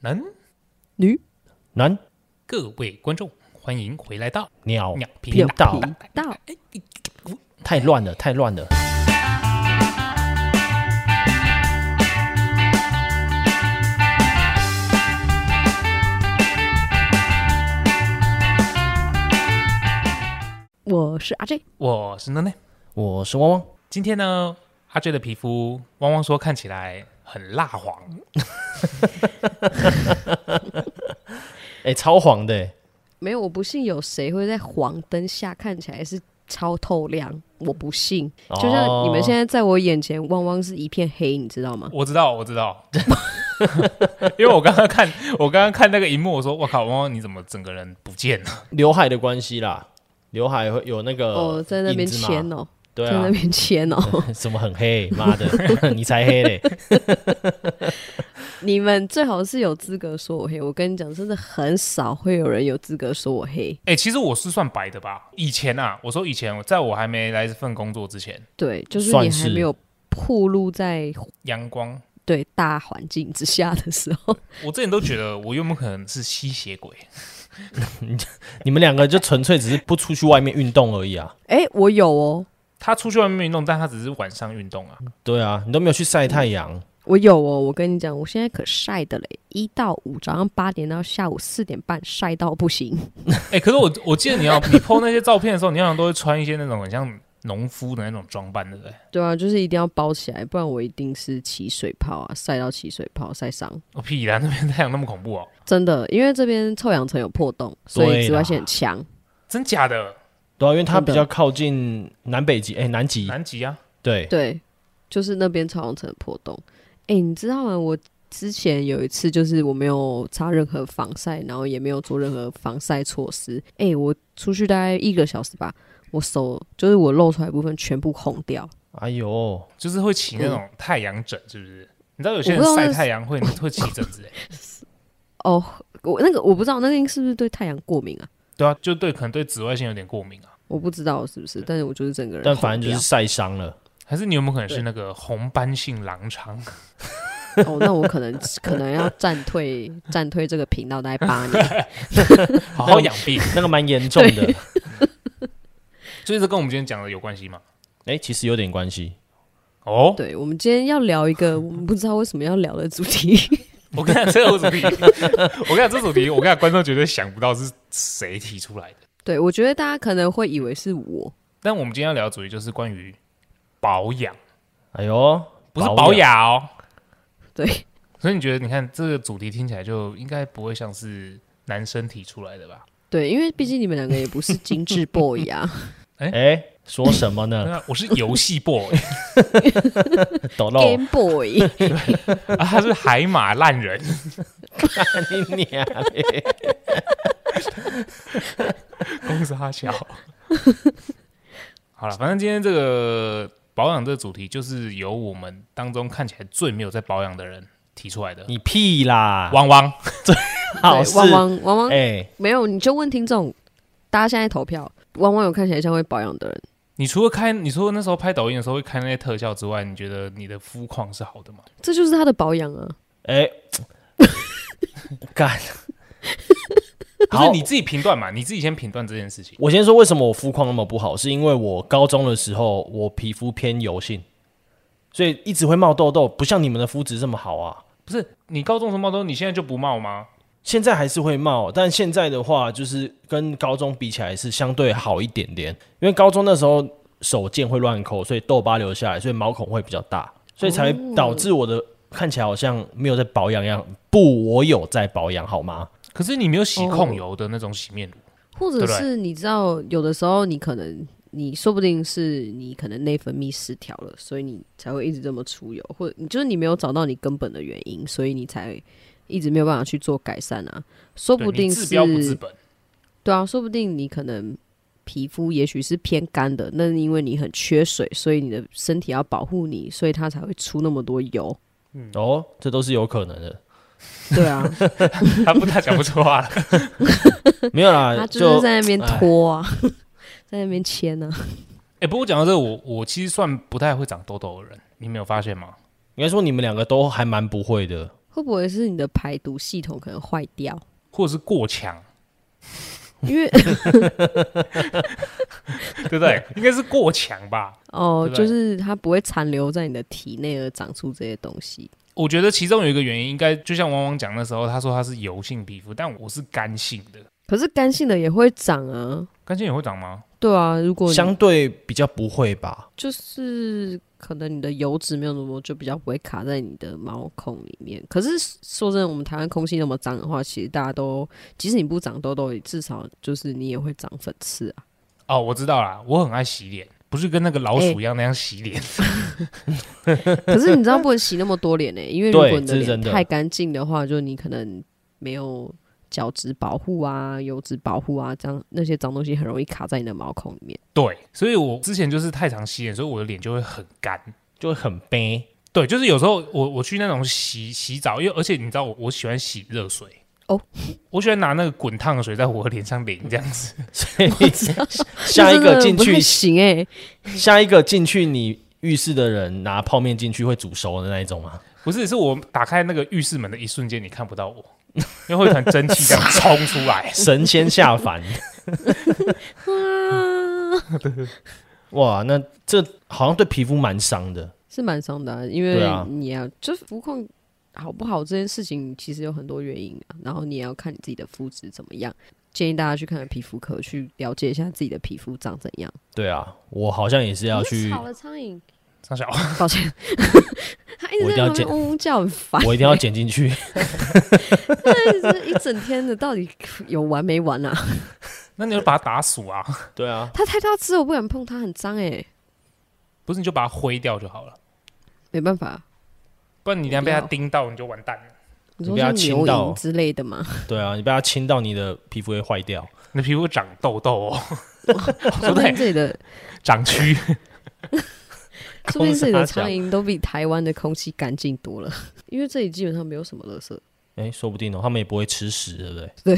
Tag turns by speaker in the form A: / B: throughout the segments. A: 男
B: 女
C: 男
A: 各位观众，欢迎回来到
C: 鸟
A: 鸟频
C: 频
A: 道。
C: 道
B: 频道，
C: 太乱了，太乱了。
B: 我是阿 J，
A: 我是呢呢，
C: 我是汪汪，
A: 今天呢，阿 J 的皮肤，汪汪说看起来很蜡黄，
C: 哎、超黄的、欸，
B: 没有，我不信有谁会在黄灯下看起来是超透亮，我不信。
C: 哦
B: 就像你们现
C: 在
B: 在在我眼前，汪汪是一片黑，你知道吗？
A: 我知道，我知道，因为我刚刚看，我刚刚看那个荧幕，我说，我靠，汪汪你怎么整个人不见了？
C: 刘海的关系啦，刘海会有那个
B: 哦，在那边
C: 呃影子嘛
B: 牵哦，
C: 对
B: 在
C: 啊
B: 那，边牵哦。
C: 什么很黑，妈的， 你才黑嘞，
B: 你们最好是有资格说我黑，我跟你讲，真的很少会有人有资格说我黑。
A: 哎、其实我是算白的吧？以前啊，我说以前，在我还没来这份工作之前，
B: 对，就是
C: 算
B: 你
C: 是
B: 还没有暴露在
A: 阳光，
B: 对大环境之下的时候，
A: 我之前都觉得我有没有可能是吸血鬼？
C: 你们两个就纯粹只是不出去外面运动而已啊。
B: 哎，我有哦，
A: 他出去外面运动，但他只是晚上运动啊。
C: 对啊，你都没有去晒太阳，
B: 我有哦，我跟你讲，我现在可晒的嘞，一到五早上八点到下午四点半，晒到不行。
A: 哎、可是我我记得你要你 PO 那些照片的时候，你好像都会穿一些那种很像农夫的那种装扮，对不对？
B: 对啊，就是一定要包起来，不然我一定是起水泡啊，晒到起水泡晒伤。
A: 我、哦屁啦，那边太阳那么恐怖哦，
B: 真的，因为这边臭氧层有破洞，所以
C: 对啦
B: 紫外线很强。
A: 真假的？
C: 对啊，因为它
B: 真的
C: 比较靠近南北极，哎、南极，
A: 南极啊，
C: 对，
B: 对，就是那边臭氧层的破洞。哎、你知道吗？我之前有一次，就是我没有擦任何防晒，然后也没有做任何防晒措施。哎、我出去大概一个小时吧，我手就是我露出来的部分全部红掉。
C: 哎呦，
A: 就是会起那种太阳疹，是不是？你知道有
B: 嗯我
A: 些
B: 不知
A: 人
B: 道那
A: 晒
B: 是
A: 太阳会 会起疹子、欸，
B: 哦，我那个我不知道，那个是不是对太阳过敏啊？
A: 对啊，就对，可能对紫外线有点过敏啊。
B: 我不知道是不是，但是我就是整个人
C: 但
B: 红
C: 反正就
B: 掉
C: 是晒伤了。
A: 还是你有没有可能是
B: 对
A: 那个红斑性狼 疮？
B: 哦，那我可能可能要暂退暂退这个频道大概八 年。
A: 好好养病，
B: 啊
C: 那个蛮严重的，
A: 所以这跟我们今天讲的有关系吗？
C: 哎、其实有点关系。
A: 哦，
B: 对，我们今天要聊一个我们不知道为什么要聊的主题，
A: 我跟你讲这个主题， 我跟你讲这主题，我跟你讲观众绝对想不到是谁提出来的。
B: 对我觉得大家可能会以为是我，
A: 但我们今天要聊的主题就是关于保养，
C: 哎呦，
A: 不是保养哦。
B: 对，
A: 所以你觉得，你看这个主题听起来就应该不会像是男生提出来的吧？
B: 对，因为毕竟你们两个也不是精致 boy 啊，
C: 哎、说什么呢？
A: 啊那我是游戏 boy，
C: 抖露，
B: ，game boy，
A: 啊他是海马烂人，
C: 干 你娘嘞！
A: 公司哈小。好了，反正今天这个保养这个主题，就是由我们当中看起来最没有在保养的人提出来的。
C: 你屁啦！
A: 汪汪，
C: 好
B: 对，汪
C: 是
B: 汪汪汪、
C: 哎，
B: 没有，你就问听众，大家现在投票，汪汪有看起来像会保养的人。
A: 你除了开，你除了那时候拍抖音的时候会开那些特效之外，你觉得你的肤况是好的吗？
B: 这就是他的保养啊！
C: 哎，干！
A: 不是
C: 好
A: 你自己评断嘛，你自己先评断这件事情。
C: 我先说为什么我肤况那么不好，是因为我高中的时候我皮肤偏油性，所以一直会冒痘痘，不像你们的肤质这么好啊。
A: 不是你高中什么都，你现在就不冒吗？
C: 现在还是会冒，但现在的话就是跟高中比起来是相对好一点点，因为高中那时候手贱会乱抠，所以痘疤留下来，所以毛孔会比较大，所以才导致我的、看起来好像没有在保养一样。不，我有在保养好吗？
A: 可是你没有洗控油的那种洗面乳，
B: 或者
A: 对不对
B: 是你知道，有的时候你可能，你说不定是你可能内分泌失调了，所以你才会一直这么出油，或者你就是你没有找到你根本的原因，所以你才一直没有办法去做改善啊。说
A: 对
B: 不定
A: 你
B: 是
A: 治标不治本。
B: 对啊，说不定你可能皮肤也许是偏干的，那是因为你很缺水，所以你的身体要保护你，所以它才会出那么多 油。
C: 哦，这都是有可能的。
B: 对啊，
A: 他不，他讲不出话 了。
C: 没有 啦，
B: 他啊就是
C: 就
B: 在那边
C: 哎
B: 拖 啊，在那边牵啊。
A: 哎、不过讲到这个，我我其实算不太会长痘痘的人，你没有发现吗？
C: 应该说你们两个都还蛮不会的。
B: 会不会是你的排毒系统可能坏掉？
A: 或者是过强，
B: 因为
A: 对不对？ 应该是过强吧。
B: 哦，
A: 对不对
B: 就是它不会残留在你的体内而长出这些东西。
A: 我觉得其中有一个原因，应该就像汪汪讲那时候，他说他是油性皮肤，但我是干性的，
B: 可是干性的也会长啊，
A: 干性也会长吗？
B: 对啊，如果你
C: 相对比较不会吧？
B: 就是可能你的油脂没有那么多，就比较不会卡在你的毛孔里面。可是说真的，我们台湾空气那么脏的话，其实大家都，即使你不长痘痘，至少就是你也会长粉刺 啊。
A: 哦，我知道啦，我很爱洗脸，不是跟那个老
B: 欸
A: 鼠一样那样洗脸。
B: 可是你知道不能洗那么多脸呢、欸因为如果你的
C: 对这是真
B: 脸
C: 的
B: 太干净的话，就你可能没有角质保护啊、油脂保护啊，这样那些脏东西很容易卡在你的毛孔里面。
A: 对，所以我之前就是太常洗脸，所以我的脸就会很干。
C: 就会很 悲。
A: 对，就是有时候我我去那种洗洗澡，因为而且你知道我我喜欢洗热水
B: 哦，
A: 我喜欢拿那个滚烫的水在我的脸上淋这样子。
C: 所以
B: 这
C: 下一
B: 真
C: 个
B: 的
C: 进
B: 不太
C: 去，
B: 行哎、
C: 下一个进去，你浴室的人拿泡面进去会煮熟的那一种吗？。
A: 不是，是我打开那个浴室门的一瞬间，你看不到我，因为会有一团蒸汽这样冲出来
C: 神仙下 凡，
B: 啊，
C: 哇，那这好像对皮肤蛮伤的。
B: 是蛮伤的啊、因
C: 对
B: 为
C: 啊
B: 你要、就是肤况好不好这件事情，其实有很多原因啊。然后你也要看你自己的肤质怎么样。建议大家去看皮肤科，去了解一下自己的皮肤长怎样。
C: 对啊，我好像也是要
B: 你
C: 去，
B: 吵了苍蝇，
A: 张小，
B: 抱歉， 它一
C: 我
B: 直
C: 一定
B: 在
C: 要
B: 旁
C: 剪
B: 边嗡嗡叫，很烦。
C: 我一定要剪进去。
B: 这一整天的到底有完没完啊？
A: 那你就把它打死啊，
C: 对啊，
B: 它太大只，我不敢碰它，很脏哎、
A: 不是你就把它挥掉就好了，
B: 没办法。
A: 不然你等下被它
B: 不要
A: 叮到你就完蛋了，
B: 你
C: 你
B: 说
C: 被它
B: 像
C: 亲
B: 牛
C: 到哦
B: 蝇之类的 吗？
C: 对啊，你被它亲到，你的皮肤会坏掉。
A: 你的皮肤长痘痘哦，
B: 说不定这里的，
A: 长蛆。
B: 说不定这里的
C: 公司大
B: 苍
C: 奖
B: 蝇都比台湾的空气干净多了，因为这里基本上没有什么垃圾。
C: 哎，说不定哦，他们也不会吃屎，对不对？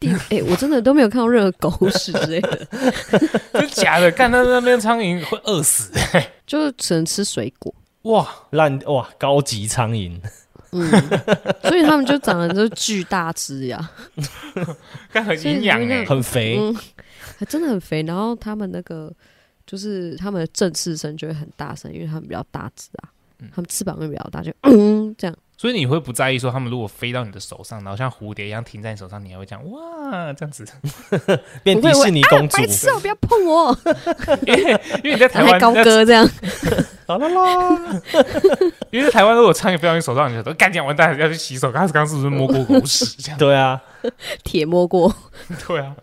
B: 地，哎、我真的都没有看到任何狗屎之类的，
A: 真假的？看到那边苍蝇会饿死。欸
B: 就是只能吃水果。
A: 哇，
C: 烂哇，高级苍蝇，
B: 嗯，所以他们就长得就巨大只呀、
A: 看很营养
B: 所以你
A: 哎、
B: 就
C: 很肥，
B: 嗯，还真的很肥。然后他们那个就是他们的正式声就会很大声，因为他们比较大只啊，他们翅膀会比较大，就嗯这样。
A: 所以你会不在意说他们如果飞到你的手上，然后像蝴蝶一样停在你手上，你还会讲哇这样 子，
C: 变迪士尼公主
B: 白。痴哦、不要碰我！
A: 因为因为你在台
B: 然后 还
A: 湾，
B: 高
A: 在
B: 歌这样，
C: 啦啦啦，
A: 因为在台湾如果苍蝇飞到你手上，你就说干讲完蛋要去洗手，刚刚刚是不是摸过狗屎 这样？
C: 对啊，
B: 铁摸过。
A: 对啊，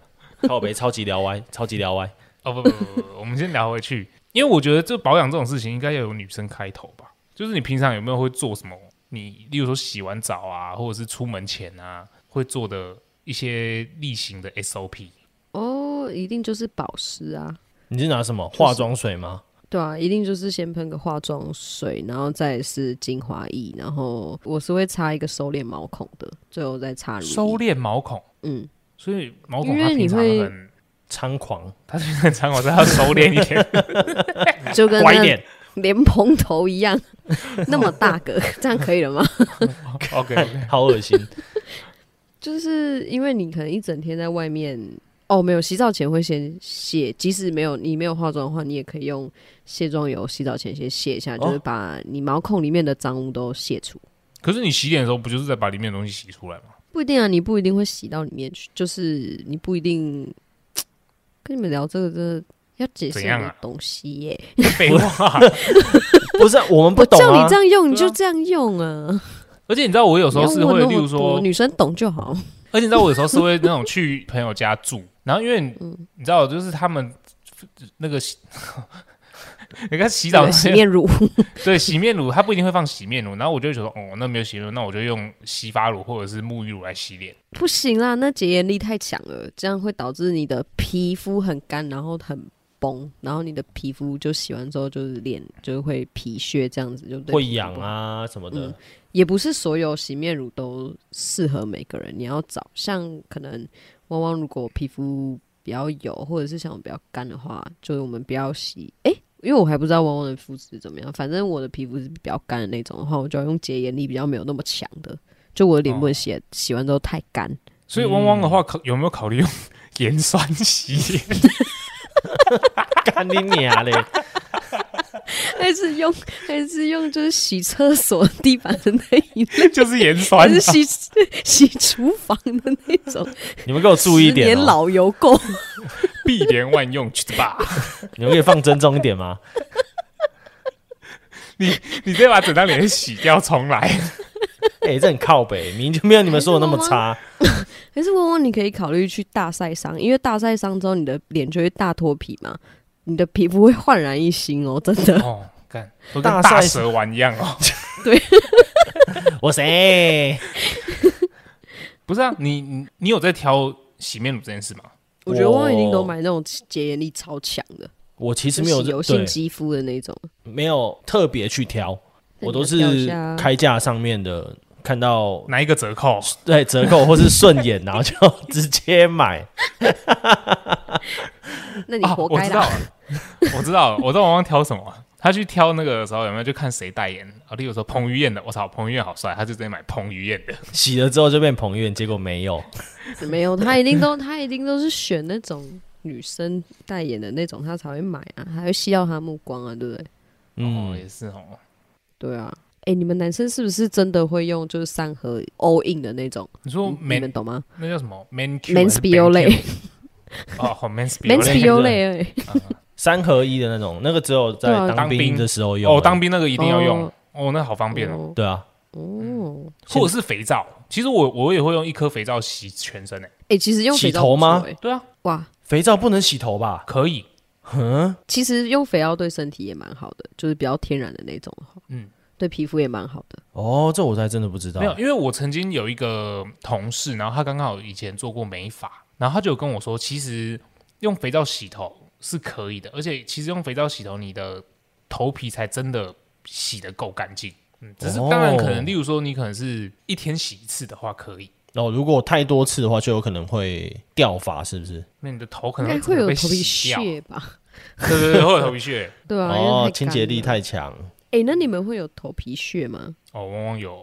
C: 靠北超级聊歪，超级聊歪。
A: 哦不不不不，不我们先聊回去，因为我觉得这保养这种事情应该要由女生开头吧，就是你平常有没有会做什么？你例如说洗完澡啊，或者是出门前啊，会做的一些例行的 SOP。
B: 哦，一定就是保湿啊，
C: 你是拿什么化妆水吗？
B: 对啊，一定就是先喷个化妆水，然后再是精华液，然后我是会擦一个收敛毛孔的，最后再擦乳液
A: 收，敛毛孔，
B: 嗯，
A: 所以毛
B: 因
A: 孔
B: 为
A: 它平常
B: 你会
A: 很，
C: 猖狂，
A: 它是很长，我是要收敛一 点。
B: 就跟
C: 乖一
B: 那
C: 点。
B: 莲蓬头一 样那么大个，这样可以了吗？
A: OK，OK
C: 好恶心。
B: 就是因为你可能一整天在外面，哦，没有洗澡前会先卸，即使没有你没有化妆的话，你也可以用卸妆油洗澡前先卸一下，
C: 哦
B: 就是把你毛孔里面的脏污都卸除。
A: 可是你洗脸的时候，不就是在把里面的东西洗出来吗？
B: 不一定啊，你不一定会洗到里面去，就是你不一定跟你们聊这个真的要解释
A: 怎样
B: 很
A: 啊
B: 多东西耶、
A: 废话。
C: 不是啊、我们不
B: 我
C: 懂
B: 叫
C: 啊
B: 你这。样用，你
A: 对啊
B: 就这样用啊。
A: 而且你知道，我有时
B: 你
A: 候
B: 要
A: 是
B: 问
A: 会，
B: 那
A: 例如
B: 么
A: 说
B: 多，，女生懂就好。
A: 而且你知道，我有时候是会那种去朋友家住，然后因为
B: 嗯
A: 你知道，就是他们那个洗， 你看洗澡
B: 对洗面乳，
A: 对洗面乳，它不一定会放洗面乳，然后我就会觉得，哦，那没有洗面乳，那我就用洗发乳或者是沐浴乳来洗脸。
B: 不行啦，那洁颜力太强了，这样会导致你的皮肤很干，然后很崩，然后你的皮肤就洗完之后就是脸就会皮屑这样子，就对
C: 会
B: 皮肤
C: 痒
B: 不好。
C: 啊什么的，
B: 嗯也不是所有洗面乳都适合每个人，你要找像可能汪汪，如果皮肤比较油，或者是像我比较干的话，就是我们不要洗。诶，因为我还不知道汪汪的肤质怎么样，反正我的皮肤是比较干的那种的话，我就要用洁颜力比较没有那么强的。就我的脸部的血、洗完之后太干，
A: 所以汪汪
B: 嗯
A: 的话，考有没有考虑用盐酸洗脸？
C: 干你娘嘞！
B: 还是用还是用就是洗厕所地板的那一类，
A: 就是盐
B: 还
A: 酸
B: 是
A: 啊，
B: 洗 洗厨房的那种，
C: 你们给我注意一
B: 十
C: 点、
B: 年
C: 哦，
B: 老油垢。
A: 碧莲万用去吧。
C: 你们可以放尊重一点 吗？
A: 你再把整张脸洗掉重来。
C: 哎、这很靠北，明明就没有你们说的那么 差。
B: 哎还是汪汪，你可以考虑去大晒伤，因为大晒伤之后你的脸就会大脱皮嘛，你的皮肤会焕然一新哦，真的。
A: 哦，干，都
C: 大
A: 跟大
C: 赛
A: 蛇丸一样哦。
C: 我谁？
A: 不是啊，你你你有在挑洗面乳这件事吗？
B: 我觉得汪汪一定都买那种洁颜力超强的，
C: 我其实
B: 就
C: 没有
B: 是油性
C: 对，
B: 肌肤的那种。
C: 没有特别去挑，我都
B: 那你要挑
C: 是
B: 一下啊
C: 开价上面的看到
A: 哪一个折扣？
C: 对折扣或是顺眼，然后就直接买。
B: 那你
A: 啊，
B: 活
A: 我
B: 该
A: 知道
B: 啦。
A: 了，我知道了，我知道王王挑什么。他去挑那个的时候，有没有就看谁代言？啊，例如说彭于晏的，我操，彭于晏好帅，他就直接买彭于晏的。
C: 洗了之后就变彭院，结果没有。
B: 没有，他一定都 他一定都是选那种女生代言的那种，他才会买啊，还会吸到他目光啊，对不对？
A: 嗯、哦，
C: 嗯，
A: 也是哦。
B: 对啊。哎、你们男生是不是真的会用就是三盒 all in 的那种？
A: 你说
B: 嗯你你们
A: man
B: 懂吗
A: 那叫什么 man Q 还
B: ？Men's
A: 是
B: b i o l
A: Ben
B: e
A: Q？哦，好 man's b i o
B: Men's
A: l
B: b
A: e
B: i o l e
C: 三合一的那种，那个只有在
B: 对啊
C: 当
A: 当
C: 兵
A: 兵
C: 的时候用。
A: 哦，当兵那个一定要用
B: 哦
A: 哦那好方便哦。
B: 哦
C: 对啊，
B: 哦，
A: 或者是肥皂，其实我我也会用一颗肥皂洗全身诶、欸
B: 哎、其实用
C: 洗
B: 肥皂不
C: 头
B: 错
C: 吗
B: 欸
A: 对啊，
B: 哇，
C: 肥皂不能洗头吧？
A: 可以。
C: 嗯，
B: 其实用肥皂对身体也蛮好的，就是比较天然的那种的话，
A: 嗯，
B: 对皮肤也蛮好的。
C: 哦，这我还真的不知道
A: 没。有，因为我曾经有一个同事，然后他刚好以前做过美发，然后他就有跟我说，其实用肥皂洗头是可以的，而且其实用肥皂洗头，你的头皮才真的洗得够干净。嗯，只是
C: 哦
A: 当然可能，例如说你可能是一天洗一次的话，可以，
C: 然哦后、如果太多次的话，就有可能会掉发，是不是？
A: 那你的头可
B: 应
A: 能
B: 该
A: 整
B: 会有
A: 个被
B: 头皮
A: 洗掉，
B: 屑吧？
A: 对对对，会有头皮屑。
B: 对啊，因为
C: 哦
B: 太，
C: 清
B: 干
C: 洁力
B: 了
C: 太强。
B: 哎、那你们会有头皮屑吗？
A: 哦，往往有，。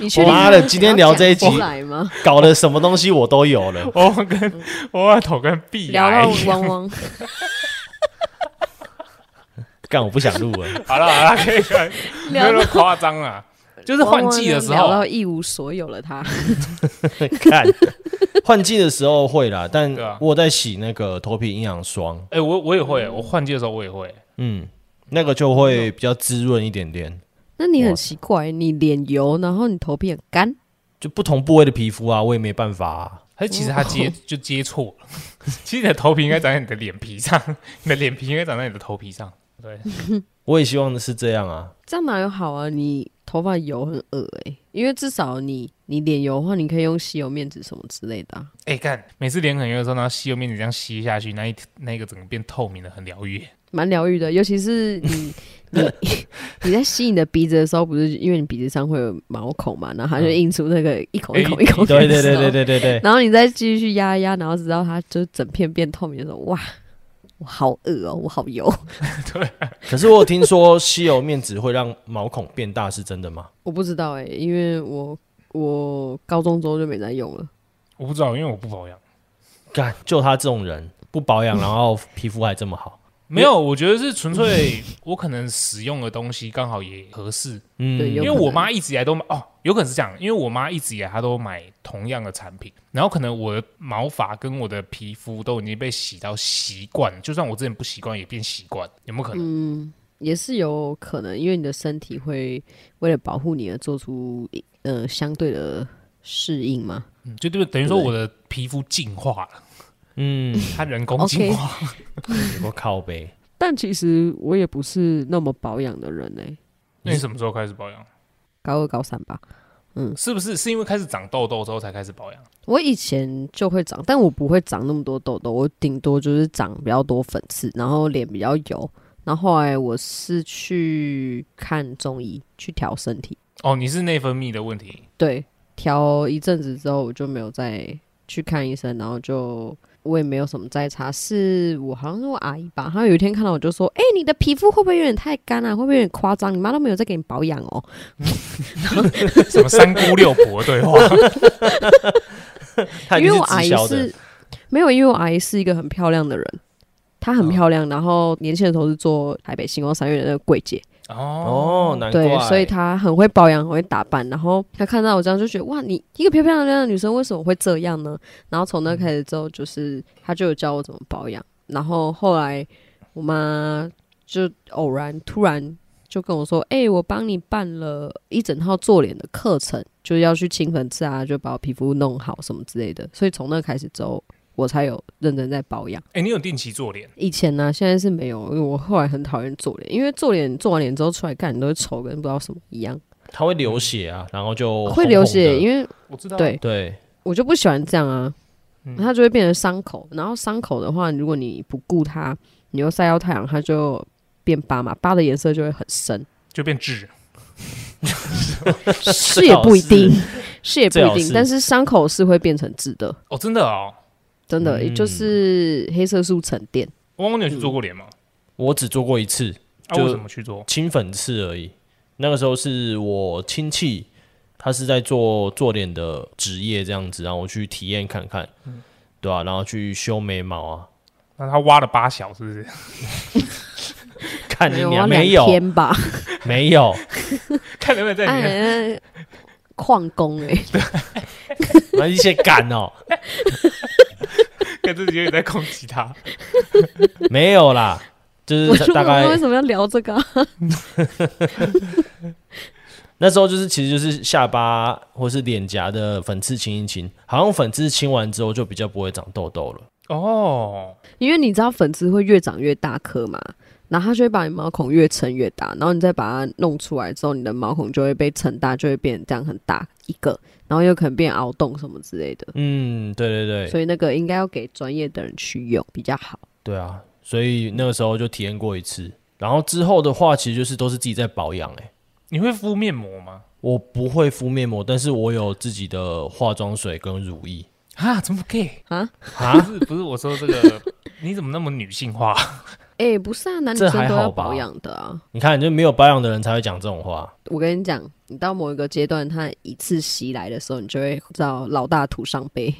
B: 你确定
C: 妈的今天聊这一集
B: 你要讲出来吗？
C: 搞的什么东西我都有了
A: 往往跟往往头跟鼻
B: 聊
A: 癌
B: 到。汪汪，
C: 干，我不想录 了。
A: 好了好了，可以了，没
B: 聊
A: 有那
B: 到
A: 么夸张啦，就是换季的时
B: 汪汪
A: 候
B: 聊，到一无所有了他。
C: 看，换季的时候会啦，但
A: 对啊
C: 我有在洗那个头皮营养霜，
A: 哎、我我也会，我换季的时候我也会。
C: 嗯，那个就会比较滋润一点点。
B: 那你很奇怪，你脸油，然后你头皮很干，
C: 就不同部位的皮肤啊，我也没办法、啊。
A: 还是其实他接、就接错了， 其实你的头皮应该长在你的脸皮上， 你的脸皮应该长在你的头皮上。对，
C: 我也希望是这样啊。
B: 这样哪有好啊？你头发油很恶哎、因为至少你你脸油的话，你可以用吸油面纸什么之类的、啊。
A: 哎、看每次脸很油的时候，然后吸油面纸这样吸下去，那一那个整个变透明的，很疗愈。
B: 蛮疗愈的，尤其是 你你你在吸你的鼻子的时候，不是因为你鼻子上会有毛孔嘛，然后它就印出那个一孔一孔一孔的
C: 对对
B: 时候
C: 对对对对对，
B: 然后你再继续压压，然后直到它就整片变透明的时候，哇，我好恶哦，我好油，
C: 可是我有听说 吸油面纸会让毛孔变大，是真的吗？
B: 我不知道哎、因为我我高中之后就没再用了。
A: 我不知道，因为我不保养。
C: 干，就他这种人不 保养，然后皮肤还这么好，
A: 没有，我觉得是纯粹我可能使用的东西刚好也合适，
B: 对，
C: 嗯，
B: 有
A: 因为
B: 可能
A: 我妈一直以来都买哦，有可能是这样，因为我妈一直以来她都买同样的产品，然后可能我的毛发跟我的皮肤都已经被洗到习惯了，就算我之前不习惯也变习惯，有没有可
B: 嗯
A: 能？
B: 也是有可能，因为你的身体会为了保护你而做出呃相对的适应嘛。
A: 嗯就对，等于说我的皮肤进化了，
C: 嗯，
A: 它人工进化。
C: 我靠呗。
B: 但其实我也不是那么保养的人哎、
A: 那你什么时候开始保养？
B: 高二高三吧。
A: 是不是是因为开始长痘痘之后才开始保养？
B: 我以前就会长，但我不会长那么多痘痘，我顶多就是长比较多粉刺，然后脸比较油。然后后来我是去看中医去调身体，
A: 哦，你是内分泌的问题。
B: 对，调一阵子之后我就没有再去看医生，然后就我也没有什么在擦，是我好像是我阿姨吧，她有一天看到我就说：“哎、你的皮肤会不会有点太干啊？会不会有点夸张？你妈都没有在给你保养哦。
A: 什么三姑六婆对话，
C: 他” 已
B: 因为
C: 经
B: 我阿
C: 直
B: 姨
C: 销的
B: 是没有，因为我阿姨是一个很漂亮的人，她
C: 哦
B: 很漂亮，然后年轻的时候是做台北星光三月的那个柜姐，
C: 哦，难怪，
B: 对，所以她很会保养，很会打扮。然后她看到我这样就觉得哇，你一个漂漂亮亮的女生为什么会这样呢？然后从那开始之后，就是她就有教我怎么保养。然后后来我妈就偶然突然就跟我说：“哎、我帮你办了一整套做脸的课程，就要去清粉刺啊，就把我皮肤弄好什么之类的。”所以从那开始之后，我才有认真在保养。
A: 哎、你有定期做脸？
B: 以前呢、现在是没有，因为我后来很讨厌做脸，因为做脸做完脸之后出来干，你都会丑跟不知道什么一样，
C: 他会流血啊，然后就
B: 会流血，因
C: 为
B: 为
A: 我知道，
B: 对
C: 对
B: 我就不喜欢这样啊，
A: 嗯
B: 它就会变成伤口，然后伤口的话，如果你不顾它，你又晒到太阳，它就变疤嘛，疤的颜色就会很 深，
A: 就变痣。
B: 是也不一定， 是也不
C: 最
B: 一
C: 好
B: 定，
C: 是
B: 但是伤口是会变成痣的，
A: 哦，真的哦，
B: 真的，
C: 嗯
B: 也就是黑色素沉淀。
A: 汪汪，你有去做过脸吗？
C: 我只做过一次
B: 嗯
A: 啊，
C: 就
A: 为什么去做？
C: 清粉刺而已，那个时候是我亲戚，他是在做做脸的职业这样子，然后我去体验看看，
B: 嗯
C: 对啊，然后去修眉毛啊，
A: 那他挖了八小是不 是？
C: 看你
B: 哎我要两
C: 娘没有
B: 天吧，
C: 没有，
A: 看能不能在你的
B: 哎，旷工哎、
C: 那一些干哦，
A: 跟自己有点在攻击他。
C: 没有啦， 就
B: 我
C: 是
B: 就
C: 大
B: 不知道为
C: 概
B: 什么要聊这个啊、
C: 那时候就是其实就是下巴或是脸颊的粉刺清一清，好像粉刺清完之后就比较不会长痘痘了。
A: 哦，
B: 因为你知道粉刺会越长越大颗嘛，然后它就会把你毛孔越撑越大，然后你再把它弄出来之后，你的毛孔就会被撑大，就会变这样很大一个，然后又可能变凹洞什么之类的。
C: 嗯，对对对，
B: 所以那个应该要给专业的人去用比较好。
C: 对啊，所以那个时候就体验过一次，然后之后的话，其实就是都是自己在保养、欸。
A: 你会敷面膜吗？
C: 我不会敷面膜，但是我有自己的化妆水跟乳液
A: 啊，怎么 gay
B: 啊？
A: 不是不是，我说这 个，你怎么那么女性化？
B: 哎、不是啊，男女
C: 这
B: 生
C: 还
B: 都
C: 好
B: 要
C: 吧
B: 保养的啊。
C: 你看，就没有保养的人才会讲这种话。
B: 我跟你讲，你到某一个阶段，它一次袭来的时候，你就会知道老大徒伤悲，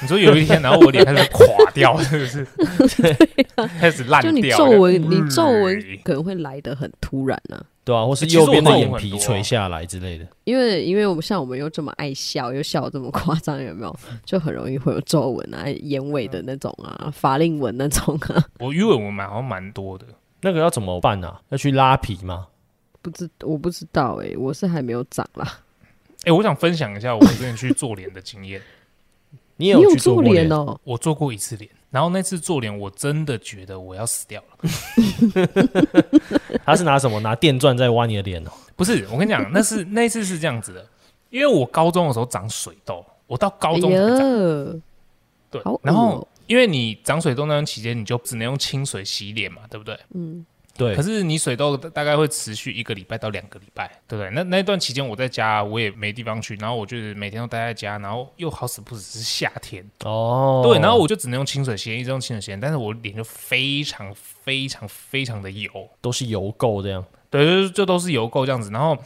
A: 你说有一天，然后我脸开始垮掉，是不是？开始烂
B: 啊就
A: 掉。
B: 你皱纹，
A: 嗯
B: 你皱纹可能会来得很突然啊。
C: 对啊，或是
A: 欸其实
C: 右边的
A: 我
C: 眼
A: 看
C: 皮
A: 过很多啊
C: 垂下来之类的，
B: 因为因为我们像我们又这么爱笑，又笑得这么夸张，有没有？就很容易会有皱纹啊、眼尾的那种啊、法令纹那种啊，
A: 我鱼尾纹蛮好像蛮多的，
C: 那个要怎么办啊？要去拉皮吗？
B: 不知我不知道哎、我是还没有长啦。
A: 哎、我想分享一下我之前去做脸的经验。
B: 你
C: 你也有去
B: 做
C: 过
B: 脸
C: 脸？
B: 哦？
A: 我做过一次脸，然后那次做脸，我真的觉得我要死掉了。
C: 他是拿什么？拿电钻在挖你的脸哦、
A: 不是，我跟你讲，那是 那一次是这样子的，因为我高中的时候长水痘，我到高
B: 哎
A: 中才长。
B: 呀，
A: 对
B: 好恶哦，
A: 然后因为你长水痘那段期间，你就只能用清水洗脸嘛，对不对？
B: 嗯，
C: 对
A: 可，是你水痘大概会持续一个礼拜到两个礼拜，对不对？那那段期间我在家，我也没地方去，然后我就是每天都待在家，然后又好死不死是夏天，
C: 哦，
A: 对，然后我就只能用清水洗脸，一直用清水洗脸，但是我脸就非常非常非常的油，
C: 都是油垢这样。
A: 对，就是就都是油垢这样子。然后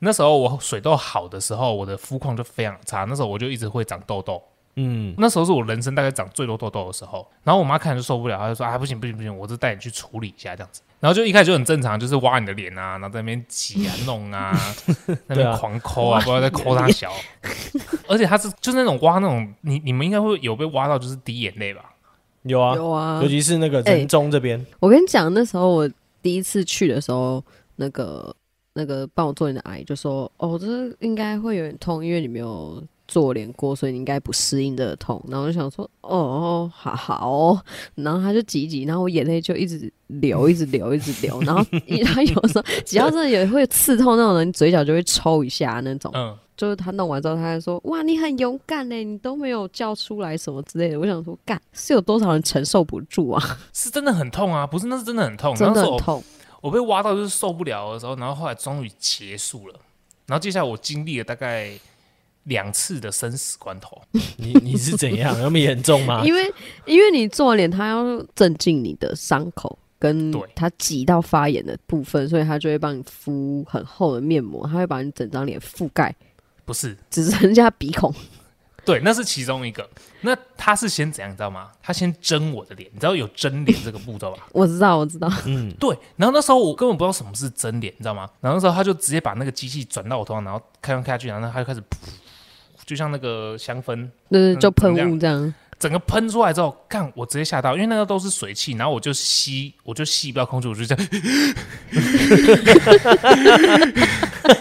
A: 那时候我水痘好的时候，我的肤况就非常差，那时候我就一直会长痘痘。
C: 嗯，
A: 那时候是我人生大概长最多痘痘的时候，然后我妈看就受不了，她就说啊不行不行不行，我就带你去处理一下这样子。然后就一开始就很正常，就是挖你的脸啊，然后在那边挤啊弄 啊，那
C: 对
A: 边
C: 啊
A: 狂抠啊，不知道在抠她小。而且她是就是那种挖那种，你你们应该会有被挖到就是滴眼泪吧？
C: 有啊，
B: 有啊
C: 尤。其是那个
B: 哎
C: 人中这边，
B: 我跟你讲，那时候我第一次去的时候，那个那个帮我做脸的阿姨就说：“哦，这应该会有点痛，因为你没有做脸过，所以你应该不适应这个痛。”然后我就想说：“哦，好好、哦。”然后他就挤一挤，然后我眼泪就一直流，一直流，一直流。然后一他有时候只要真的也会刺痛那种人，你嘴角就会抽一下那
C: 哦
B: 种。
A: 嗯，
B: 就是他弄完之后，他还说：“哇，你很勇敢呢，你都没有叫出来什么之类的。”我想说，干是有多少人承受不住啊？
A: 是真的很痛啊，不是那是真的很 痛。
B: 真
A: 那
B: 的
A: 时候
B: 很痛。
A: 我被挖到就是受不了的时候，然后后来终于结束了。然后接下来我经历了大概两次的生死关头。
C: 你你是怎 样？那么严重
A: 啊
C: 吗？
B: 因为因为你做完脸，它要镇静你的伤口，跟
A: 对
B: 它挤到发炎的部分，所以它就会帮你敷很厚的面膜，它会把你整张脸覆盖，
A: 不是，
B: 只剩下鼻孔。
A: 对，那是其中一个。那他是先怎样，你知道吗？他先蒸我的脸，你知道有蒸脸这个步骤吧？
B: 我知道，我知道，
C: 嗯，
A: 对，然后那时候我根本不知道什么是蒸脸，你知道吗？然后那时候他就直接把那个机器转到我头上，然后开上开下去，然后他就开始噗，就像那个香氛
B: 就是就喷
A: 嗯
B: 雾这样。
A: 整个喷出来之后，看我直接吓到，因为那个都是水汽，然后我就吸，我就吸不到空气，我就这样，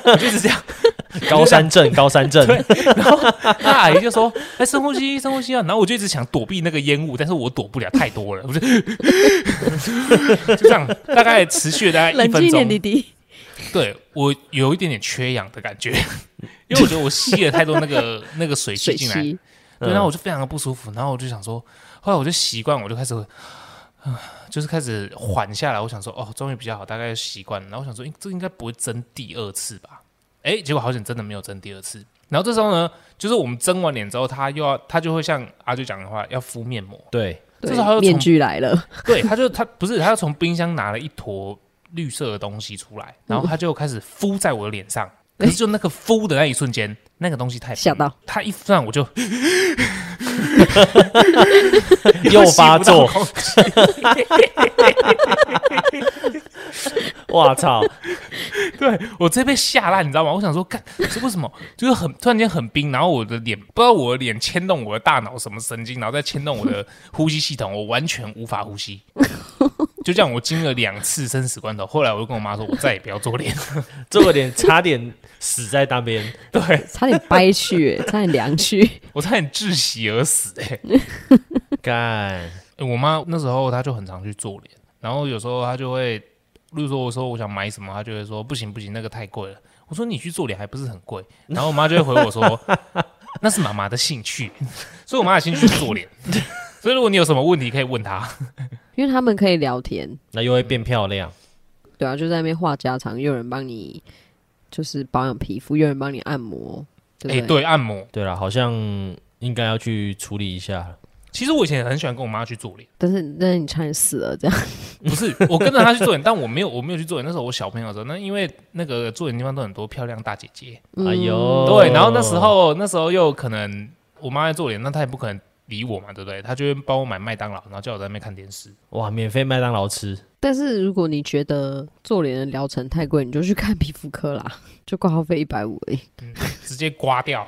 A: 我就是这样。
C: 高 山症，高山症，
A: 那阿姨就说：“哎、深呼吸，深呼吸啊！”然后我就一直想躲避那个烟雾，但是我躲不了，太多了， 我就就这样，大概持续了大概一
B: 冷静
A: 分
B: 一点，
A: 钟
B: 弟。弟。
A: 对我有一点点缺氧的感觉，因为我觉得我吸了太多那个那个水汽
B: 水
A: 进来，
B: 吸，
A: 对，
C: 嗯
A: 然后我就非常的不舒服，然后我就想说，后来我就习惯，我就开始，啊，就是开始缓下来。我想说，哦，终于比较好，大概习惯了。然后我想说，诶这应该不会蒸第二次吧？诶，结果好险，真的没有蒸第二次。然后这时候呢，就是我们蒸完脸之后，他又要他就会像阿舅讲的话，要敷面膜。
C: 对，
A: 这时候它
B: 对，
A: 就
B: 面
A: 从
B: 具来了，
A: 对，他就他不是，他就从冰箱拿了一坨绿色的东西出来，然后他就开始敷在我的脸上。可是就那个敷的那一瞬间，那个东西太
B: 吓到
A: 他一敷上我就，
C: 又发作哇操！
A: 对我这被吓烂，你知道吗？我想说，干这为什么？就是很突然间很冰，然后我的脸不知道我的脸牵动我的大脑什么神经，然后再牵动我的呼吸系统，我完全无法呼吸。 就这样，我经历了两次生死关头。后来我就跟我妈说，我再也不要做脸。
C: 这个脸差点死在那边，
A: 对
B: 差点掰去、欸，差点凉去。
A: 我差点窒息而死、欸。
C: 干，
A: 欸我妈那时候她就很常去做脸，然后有时候她就会，例如说我说我想买什么，她就会说不行不行，那个太贵了。我说你去做脸还不是很贵，然后我妈就会回我说 那是妈妈的兴趣， 所以我妈的兴趣是做脸。所以如果你有什么问题可以问她，
B: 因为他们可以聊天，
C: 那又会变漂亮。
B: 对啊，就在那边话家常，又有人帮你就是保养皮肤，又有人帮你按摩，对
A: 哎、
B: 不对？
A: 对，按摩。
C: 对了，好像应该要去处理一下。
A: 其实我以前也很喜欢跟我妈去做脸，
B: 但是但是你差点死了，这样
A: 不是我跟着她去做脸，但我没有我没有去做脸。那时候我小朋友的时候，那因为那个做脸地方都很多漂亮大姐姐，
B: 嗯
C: 哎呦，
A: 对，然后那时候那时候又可能我妈在做脸，那她也不可能理我嘛，对不对？她就会帮我买麦当劳，然后叫我在那边看电视。
C: 哇，免费麦当劳吃，
B: 但是如果你觉得做脸的疗程太贵，你就去看皮肤科啦， 就挂号费一百五而已。
A: 直接刮 掉，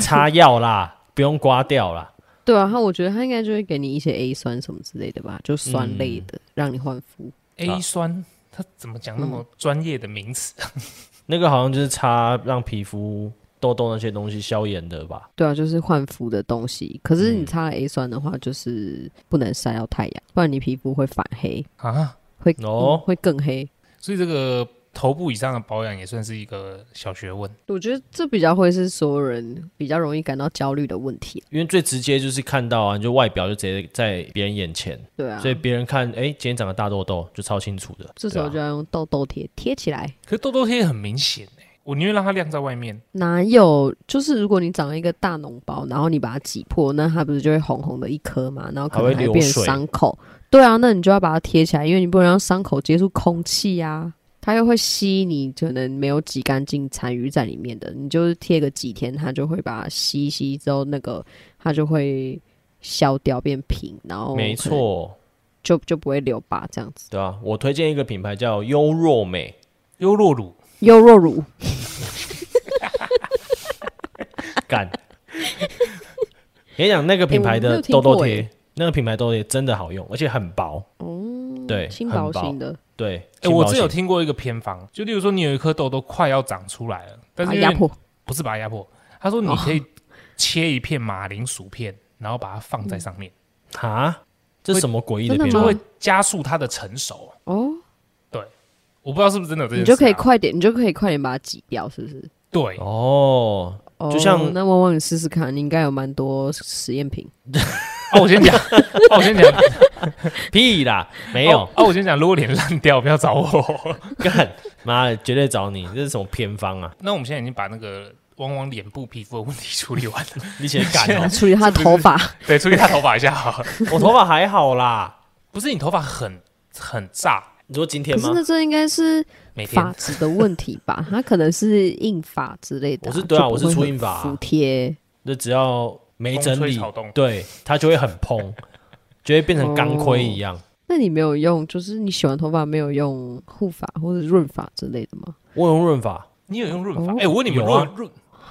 C: 擦药啦， 不用刮掉啦。
B: 对啊，他我觉得他应该就会给你一些 A 酸什么之类的吧，就酸类的，让你换肤。
A: A 哎酸，她怎么讲那么专业的名词？
C: 那个好像就是擦让皮肤痘痘那些东西消炎的吧？
B: 对啊，就是换肤的东西。可是
C: 嗯
B: 你擦了 A 酸的话，就是不能晒到太阳，不然你皮肤会反黑，
A: 啊？
B: 会
C: 哦
B: 嗯会更黑。
A: 所以这个头部以上的保养也算是一个小学问。
B: 我觉得这比较会是所有人比较容易感到焦虑的问题。啊
C: 因为最直接就是看到啊，你就外表就直接在别人眼前，
B: 对啊，
C: 所以别人看，哎、今天长个大痘痘就超清楚的。
B: 这时候就
C: 对啊
B: 要用痘痘贴贴起来。
A: 可是痘痘贴很明显哎、我宁愿让它晾在外面。
B: 哪有？就是如果你长了一个大脓包，然后你把它挤破，那它不是就会红红的一颗嘛？然后可能
C: 还会
B: 还
C: 流
B: 变
C: 水
B: 伤口。对啊，那你就要把它贴起来，因为你不能让伤口接触空气啊，它又会吸你可能没有挤干净残余在里面的。你就是贴个几天，它就会把它吸一吸之后，那个它就会消掉变平，然后
C: 没
B: 可能
C: 错，
B: 就就不会留疤这样子。
C: 对啊，我推荐一个品牌叫优若美，
A: 优酪乳，
B: 优若乳，
C: 干。跟你讲，那个品牌
B: 诶我没
C: 的
B: 有
C: 痘
B: 听过
C: 痘贴
B: 诶，哦
C: 那个品牌痘痘贴真的好用，而且很薄。对，
B: 轻
C: 很
B: 薄
C: 薄
B: 型的，
C: 对，
A: 哎、
C: 轻
A: 我
C: 薄
A: 真有
C: 型
A: 听过一个偏方，就例如说你有一颗痘痘快要长出来了，但
B: 把
A: 是因
B: 它
A: 为
B: 啊压迫。哦
A: 不是把它压迫，他说你可以切一片马铃薯片，然后把它放
B: 嗯
A: 在上面。
C: 哈，这
A: 会
C: 什么诡异的
B: 真的
C: 品
A: 就
B: 吗
C: 牌
A: 会？加速它的成熟。
B: 哦，
A: 我不知道是不是真的有这
B: 你
A: 件事、啊，
B: 就可以快点，你就可以快点把它挤掉，是不是？
A: 对，啊
C: 哦，
B: 哦
C: 就像
B: 那汪汪，你试试看，你应该有蛮多实验 品。
A: 啊，我 先讲，啊，我先讲，
C: 屁啦，没
A: 没
B: 哦
C: 有
A: 啊，我先讲，如果脸烂掉，不要找我。
C: 干，妈的，绝对找你，这是什么偏方啊？
A: 那我们现在已经把那个往往脸部皮肤的问题处理完 了。
C: 你写感哦，
B: 处理他的头发，
A: 对，处理他头发一下好了。
C: 我头发还好啦。
A: 不是你头发很很炸，
C: 你说今天
B: 可
C: 吗
B: 是？那这应该是
A: 每天
B: 发质的问题 吧？他可能是印发之类的、
C: 我是对
B: 就
C: 啊
B: 不
C: 我是
B: 会
C: 出
B: 很
C: 印发啊
B: 服帖。
C: 那只要没
A: 风
C: 整
A: 吹
C: 理
A: 草动，
C: 对它就会很蓬， 就会变成钢盔一样。
B: 那你没有用，就是你洗完头发没有用护发或者润发之类的吗？
C: 我有用润发，
A: 你有用润
B: 哦
A: 发？哎、我问你们
C: 有啊
A: 润润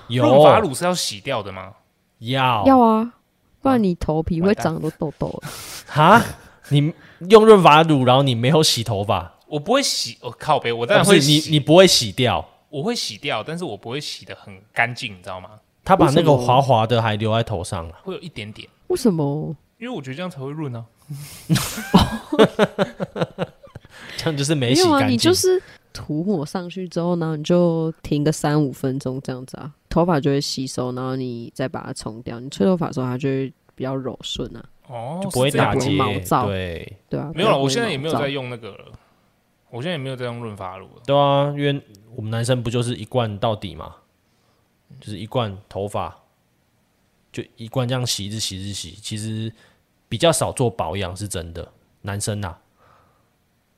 C: 有
A: 润发乳是要洗掉的吗？
C: 要
B: 要啊，不
C: 哦
B: 然你头皮会
A: 完蛋
B: 长很多痘痘了。
C: 哈，你用润发乳，然后你没有洗头发，
A: 我不会洗，我、靠呗，我当
C: 但
A: 然会
C: 是
A: 洗，
C: 你你哦不会洗掉，
A: 我会洗掉，但是我不会洗的很干净，你知道吗？
C: 它把那
B: 为什
C: 个
B: 么
C: 滑滑的还留在头上啊了。
A: 会有一点点，
B: 为什么？
A: 因为我觉得这样才会润啊。
C: 这样就是没
B: 没
C: 洗
B: 有啊，
C: 干
B: 你
C: 净。
B: 就是涂抹上去之后，然后你就停个三五分钟这样子啊，头发就会吸收，然后你再把它冲掉。你吹头发的时候，它就会比较柔顺啊，
A: 哦，
C: 就不会
A: 是这样
C: 打
B: 不
A: 子
B: 会
C: 结
B: 毛，躁
C: 对
B: 对啊。
A: 没有了，
B: 比较
A: 我现在
B: 不会
A: 也没有
B: 毛躁
A: 在用那个了，我现在也没有在用润发乳了。
C: 对啊，因为我们男生不就是一罐到底嘛，就是一罐头发，就一罐这样洗，一直洗，一直洗。其实比较少做保养是真的，男生啊呐、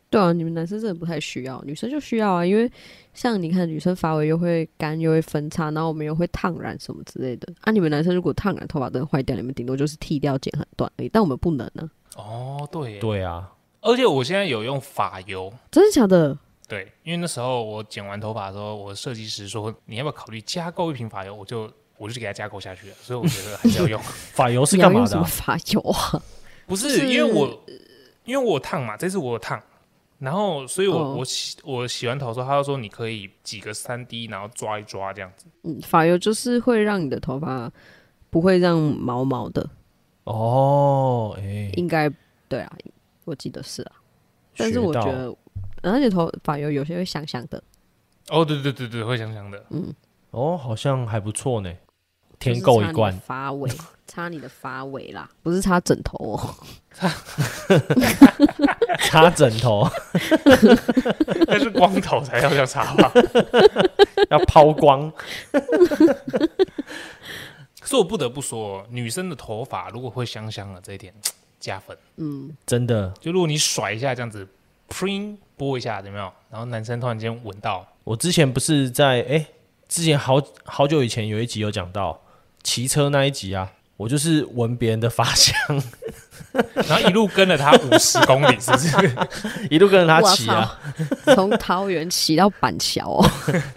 B: 对啊，你们男生真的不太需要，女生就需要啊，因为像你看，女生发尾又会干又会分叉，然后我们又会烫染什么之类的。啊，你们男生如果烫染头发真的坏掉，你们顶多就是剃掉剪很短而已，但我们不能啊，
A: 哦，对耶，
C: 对啊，
A: 而且我现在有用发油，
B: 真的假的？
A: 对，因为那时候我剪完头发的时候，我设计师说你要不要考虑加购一瓶发油，我就我就给他加购下去了，所以我觉得还是要用。
C: 发油 是
B: 你要
C: 干
B: 用
C: 嘛
B: 什
C: 的
B: 么
C: 啊、
B: 发油啊？
A: 不是
B: 就是
A: 因为我，因为我有烫嘛，这次我有烫，然后所以我、
B: 哦
A: 我洗我洗完头的时候，他就说你可以挤个三滴，然后抓一抓这样子。
B: 嗯，发油就是会让你的头发不会让毛毛的，
C: 哦，哎、
B: 应该对啊，我记得是啊。但是
C: 学
B: 我
C: 到
B: 觉得，而且头发油有些会香香的，
A: 哦，对对对对，会香香的。
C: 哦，好像还不错呢，
B: 就是
C: 添购
B: 擦
C: 一
B: 你的
C: 罐。
B: 发尾，擦你的发尾啦，不是擦枕头哦。
C: 擦枕头
A: 但是光头才要这样擦吧，
C: 要抛光，
A: 所以我不得不说，女生的头发如果会香香的这一点加分。
B: 嗯，
C: 真的，
A: 就如果你甩一下这样子 p r i n 拨一下，有没有？然后男生突然间闻到，
C: 我之前不是在哎、之前好好久以前有一集有讲到骑车那一集啊，我就是闻别人的发香，
A: 然后一路跟了他五十公里，是不是？
C: 一路跟着他
B: 我
C: 骑啊，
B: 操从桃园骑到板桥哦。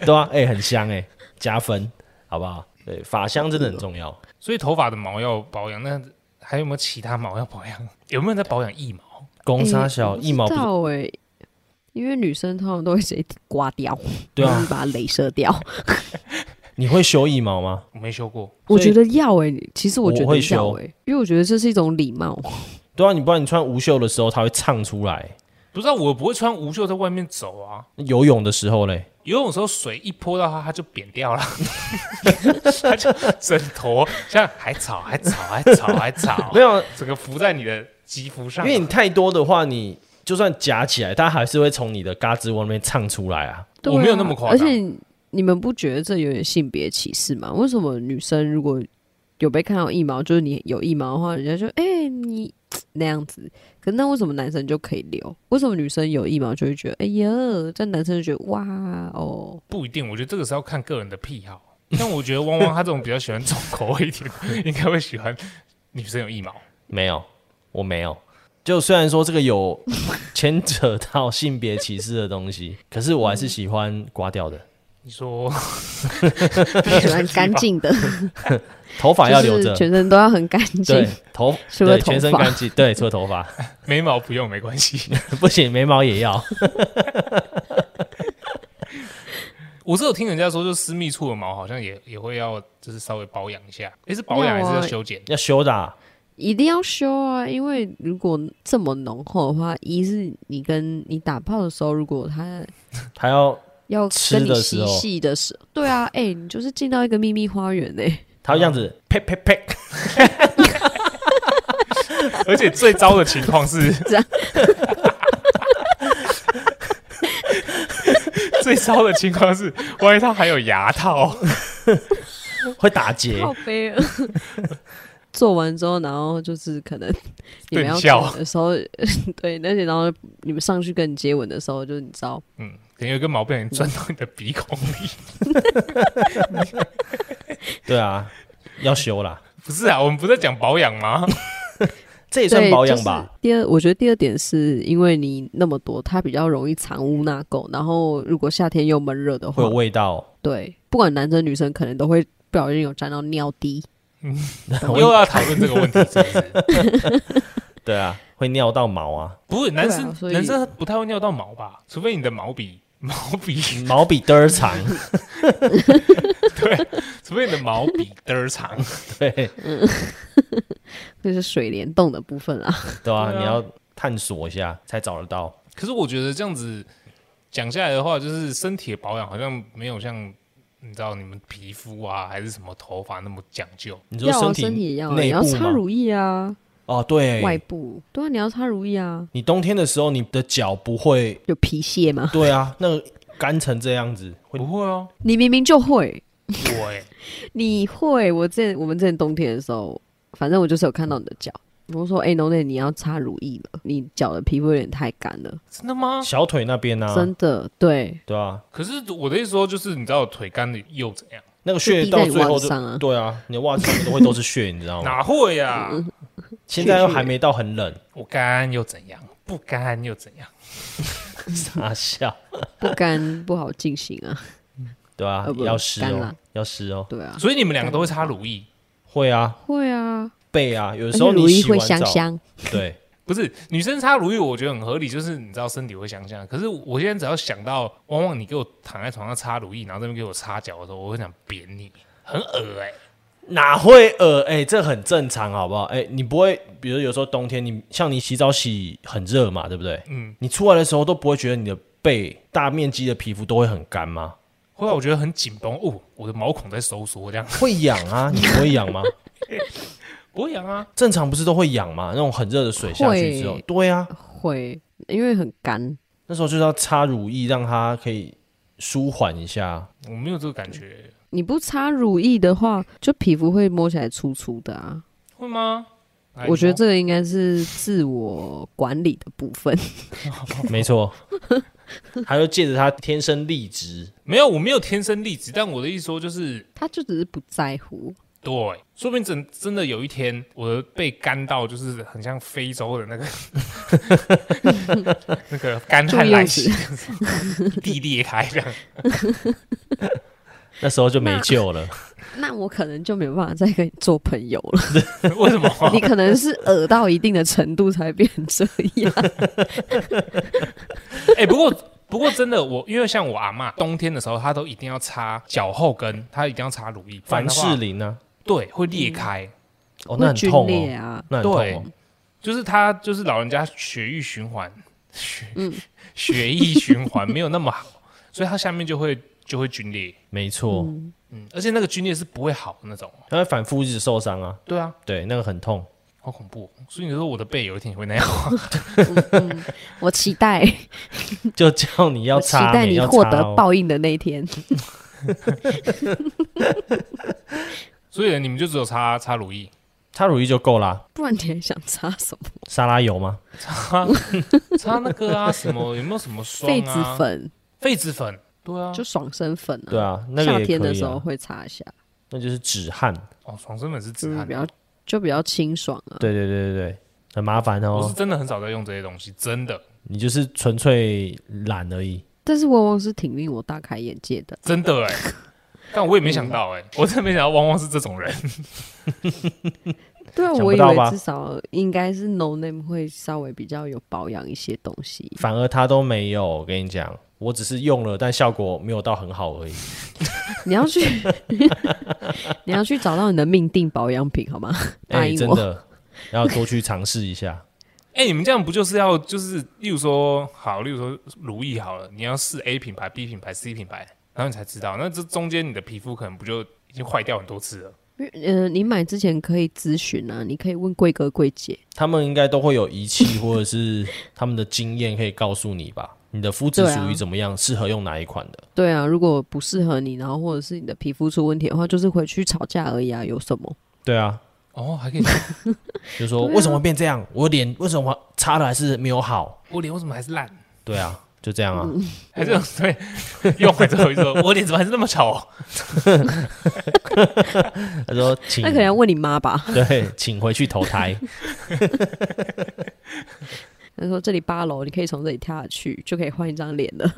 C: 对啊，哎、很香哎、加分，好不好？对，发香真的很重要。
A: 所以头发的毛要保养，那还有没有其他毛要保养？有没有人在保养腋毛？
C: 公差
B: 欸
C: 小
B: 我不
C: 一毛
B: 知
C: 不是
B: 道哎，因为女生通常都会直接刮掉，
C: 对
B: 然后
C: 啊，
B: 把它镭射掉。
C: 你会修一毛吗？
A: 我没修过，
B: 我
C: 所以
B: 觉得要哎，其实我
C: 我
B: 觉得
C: 会
B: 要
C: 修
B: 哎，因为我觉得这是一种礼貌。
C: 对啊，你不然你穿无袖的时候它会唱出来，
A: 不知道我不会穿无袖在外面走啊。
C: 游泳的时候嘞，
A: 游泳的时候水一泼到它，它就扁掉了， 它就整坨像海草、海草、海草、海草
C: 没，有，啊
A: 整个浮在你的肌肤
C: 因
A: 上。
C: 为你太多的话，你就算夹起来，它还是会从你的嘎吱窝那边唱出来啊。
B: 对
A: 我没有那
B: 啊
A: 么夸
B: 而
A: 张
B: 且你们不觉得这有点性别歧视吗？为什么女生如果有被看到腋毛，就是你有腋毛的话，人家就哎、你那样子。可是那为什么男生就可以留？为什么女生有腋毛就会觉得哎呀，但男生就觉得哇哦，
A: 不一定，我觉得这个是要看个人的癖好。但我觉得汪汪他这种比较喜欢重口味一点， 应该会喜欢女生有腋毛。
C: 没有，我没有。就虽然说这个 有牵扯到性别歧视的东西，可是我还是喜欢刮掉的，
A: 你说
B: 他喜欢干净 的，
C: 头发要
B: 就
C: 留着
B: 是，全身都要很干 净
C: 对。，头
B: 除了
C: 对
B: 头
C: 全身
B: 发
C: 干净，对，除了头发
A: 眉毛不用没关系，
C: 不行，眉毛也要。
A: 我是有听人家说，就私密处的毛好像也也会要，就是稍微保养一下。诶，是保养还是
B: 要
A: 要
B: 啊
A: 修剪？
C: 要修的、啊，
B: 一定要修啊，因为如果这么浓厚的话，一是你跟你打炮的时候，如果他
C: 还要
B: 要
C: 吃
B: 跟你
C: 的时
B: 嬉
C: 候
B: 戏的时候，对啊，哎、你就是进到一个秘密花园哎、
C: 他会这样子呸呸 呸，
A: 而且最糟的情况 是
B: 这样，
A: 最糟的情况是，万一他还有牙套，
C: 会打结。
B: 靠背了。 做完之后，然后就是可 能你
A: 对
B: 们要
A: 你笑
B: 走的时候， 对，而且然后你们上去跟你接吻的时候，就是你知道，
A: 嗯，可能有一根毛不小心钻到你的鼻孔里。
C: 对啊，要修啦，
A: 不是啊，我们不是在讲保养 吗？
C: 这
B: 对，
C: 也算保养吧？
B: 就是第二，我觉得第二点是因为你那么多，它比较容易藏污纳垢。然后如果夏天又闷热的
C: 会有
B: 话，
C: 味道。
B: 对，不管男生女生可能都会不小心有沾到尿滴。
A: 又要讨论这个 问题，是不是？
C: 对啊，会尿到毛啊，
A: 不是男生，
B: 所以
A: 男生不太会尿到毛吧？除非你的毛比毛比，
C: 毛比嘚儿长。
A: 除非你的毛比嘚儿长。
C: 对，啊
B: 那是水帘洞的部分啊，
C: 对啊，
A: 对啊
C: 你要探索一下才找得到。
A: 可是我觉得这样子讲下来的话，就是身体的保养好像没有像你知道你们皮肤啊还是什么头发那么讲究。
C: 你说
B: 要啊
C: 体
B: 身体也要啊，你
C: 内
B: 要
C: 部
B: 擦
C: 吗？
B: 乳液啊，
C: 哦，对，
B: 外部对啊，你要擦乳液啊，
C: 你冬天的时候你的脚不会，
B: 有皮屑吗？
C: 对啊，那个干成这样子会
A: 不会哦，
B: 你明明就会，
A: 我哎、
B: 你会。我之前我们之前冬天的时候，反正我就是有看到你的脚，我说哎、n o n 你要擦乳液了，你脚的皮肤有点太干了，
A: 真的
B: 哦
A: 吗？
C: 小腿那边啊，
B: 真的对。
C: 对啊，
A: 可是我的意思说，就是你知道腿干的又怎样？
C: 那个
B: 就
C: 血
B: 滴
C: 到
B: 在你
C: 最后
B: 袜
C: 就
B: 子上啊
C: 对啊，你的袜子上面都会都是血，你 知道吗？
A: 哪会啊呀、
C: 现在又还没到很冷，
A: 我干又怎样？不干又怎样？
C: 傻笑，
B: 不干不好进行啊，
C: 对啊
B: 呃，不
C: 要湿
B: 干
C: 哦
B: 啦，
C: 要湿哦，
B: 对 啊，
A: 所以你们两个都会擦乳液？
C: 会啊，
B: 会啊，
C: 背啊，有
B: 而
C: 时候
B: 且
C: 你
B: 乳液
C: 洗
B: 会
C: 完
B: 香
C: 澡，
B: 香，
C: 对，
A: 不是女生擦乳液，我觉得很合理，就是你知道身体会想象。可是我现在只要想到汪汪，你给我躺在床上擦乳液，然后这边给我擦脚的时候，我会想扁你，很恶哎、
C: 哪会呃，哎、这很正常，好不好？哎、你不会，比如有时候冬天你像你洗澡洗很热嘛，对不对？嗯，你出来的时候都不会觉得你的背大面积的皮肤都会很干吗？
A: 后来我觉得很紧绷，哦，我的毛孔在收缩，这样
C: 会痒啊，你不会痒吗？
A: 不会痒啊。
C: 正常不是都会痒吗？那种很热的水下去之后
B: 会，
C: 对啊，
B: 会，因为很干，
C: 那时候就是要擦乳液，让它可以舒缓一下。
A: 我没有这个感觉，
B: 你不擦乳液的话，就皮肤会摸起来粗粗的啊。
A: 会吗？哎
B: 我觉得
A: 你
B: 这个应该是自我管理的部分。
C: 没错，还有借着它天生丽质，
A: 没有，我没有天生丽质，但我的意思说就是，
B: 他就只是不在乎，
A: 对，说不定真真的有一天，我的被干到就是很像非洲的 那个那个干旱来袭，地裂开这样。
C: 那时候就没救了。
B: 那我可能就没有办法再跟你做朋友 了。
A: 为 什么？
B: 你可能是恶到一定的程度才变成这样。
A: 哎、不过不过真的，我因为像我阿嬷，冬天的时候，她都一定要擦脚后跟，她一定要擦乳液，不然
C: 凡
A: 的话
C: 士林呢、
A: 对会裂开，
C: 啊？哦，那很
B: 皲
C: 痛
B: 裂
C: 哦，
B: 啊，
C: 那很痛
A: 对
C: 哦。
A: 就是她就是老人家血液循环，血、血液循 环没有那么好，所以她下面就会就会皲裂，
C: 没错，
A: 嗯，而且那个皲裂是不会好的那种，
C: 它会反复一直受伤啊。
A: 对啊，
C: 对，那个很痛。
A: 好恐怖哦、所以你说我的背有一天也会那样，
B: 我期 待，
C: 就叫你要
B: 我期
C: 擦，
B: 待你
C: 要
B: 获
C: 擦
B: 得
C: 哦
B: 报应的那一天。
A: 所以你们就只有擦擦乳液，
C: 擦乳液就够啦。
B: 不然你还想擦什么？
C: 沙拉油吗？
A: 擦擦那个啊什么有没有什么霜
B: 痱
A: 啊
B: 子，粉
A: 痱子粉，对啊，
B: 就爽身粉啊。
C: 对啊，那个
B: 夏
C: 也
B: 天
C: 可
B: 的
C: 以
B: 时候
C: 啊。
B: 会擦一下，
C: 那就是止汗。
A: 哦，爽身粉是止
B: 就是
A: 汗
B: 比
A: 的
B: 较。就比较清爽啊。
C: 对对对对对，很麻烦
A: 我是
C: 哦。
A: 真的很少在用这些东西，真的，
C: 你就是纯粹懒而已。
B: 但是汪汪是挺令我大开眼界的。
A: 真的哎、但我也没想到哎、我真的没想到汪汪是这种人。
B: 对啊，
C: 想不
B: 我以
C: 到吧
B: 为至少应该是 No Name 会稍微比较有保养一些东西。
C: 反而他都没有。我跟你讲，我只是用了，但效果没有到很好而已。
B: 你要去， 你要去找到你的命定保养品好吗？答
C: 哎、
B: 应
C: 真
B: 我，
C: 的要多去尝试一下。
A: 哎、你们这样不就是要就是，例如说好，例如说如意好了，你要试 A 品牌、B 品牌、C 品牌，然后你才知道，那这中间你的皮肤可能不就已经坏掉很多次了？
B: 嗯、你买之前可以咨询啊，你可以问贵哥贵姐。
C: 他们应该都会有仪器或者是他们的经验可以告诉你吧？你的肤质
B: 对啊
C: 属于怎么样，适合用哪一款的。
B: 对啊，如果不适合你，然后或者是你的皮肤出问题的话，就是回去吵架而已啊，有什么？
C: 对啊，
A: 哦，还可以，
C: 就说为什么变这样，我脸为什么擦的还是没有好？
A: 我脸为什么还是烂？
C: 对啊，就这样啊。
B: 嗯
A: 还是对， 用完之后就说，我脸怎么还是那么丑？
C: 他说
A: 嗯
C: 请
B: 那可能要问你妈吧。
C: 对，请回去投胎。
B: 他说这里八楼，你可以从这里跳下去，就可以换一张脸了。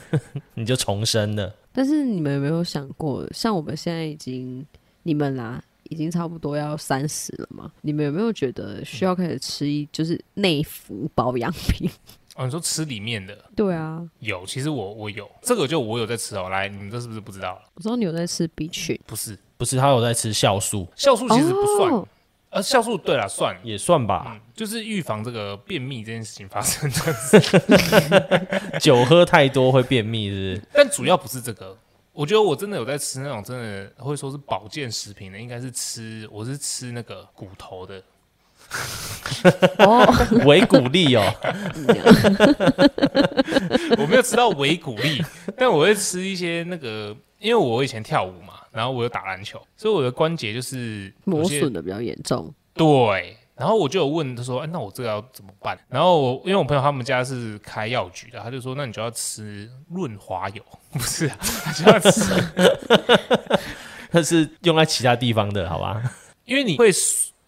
C: 你就重生了。
B: 但是你们有没有想过，像我们现在已经，你们啦，已经差不多要三十了嘛？你们有没有觉得需要开始吃一就是内服保养品？
A: 哦，你说吃里面的
B: 对啊，
A: 有，其实我我有这个就我有在吃哦。来，你们这是不是不知道？
B: 我知道你有在吃 B 群，
A: 不是，
C: 不是他有在吃酵素，
A: 酵素其实不算，
B: 哦
A: 呃，酵素对了算，
C: 也算吧。
A: 嗯，就是预防这个便秘这件事情发生的。
C: 酒喝太多会便秘，是不是？
A: 但主要不是这个。我觉得我真的有在吃那种真的会说是保健食品的，应该是吃我是吃那个骨头的，
B: 哦，
C: 维骨力哦，
A: 我没有吃到维骨力，但我会吃一些那个，因为我以前跳舞嘛，然后我有打篮球，所以我的关节就是有
B: 磨
A: 些
B: 损的比较严重。
A: 对，然后我就有问他说：“哎，那我这个要怎么办？”然后我因为我朋友他们家是开药局的，他就说：“那你就要吃润滑油， 不是、啊？他就要吃，
C: 那是用在其他地方的，好吧？
A: 因为你会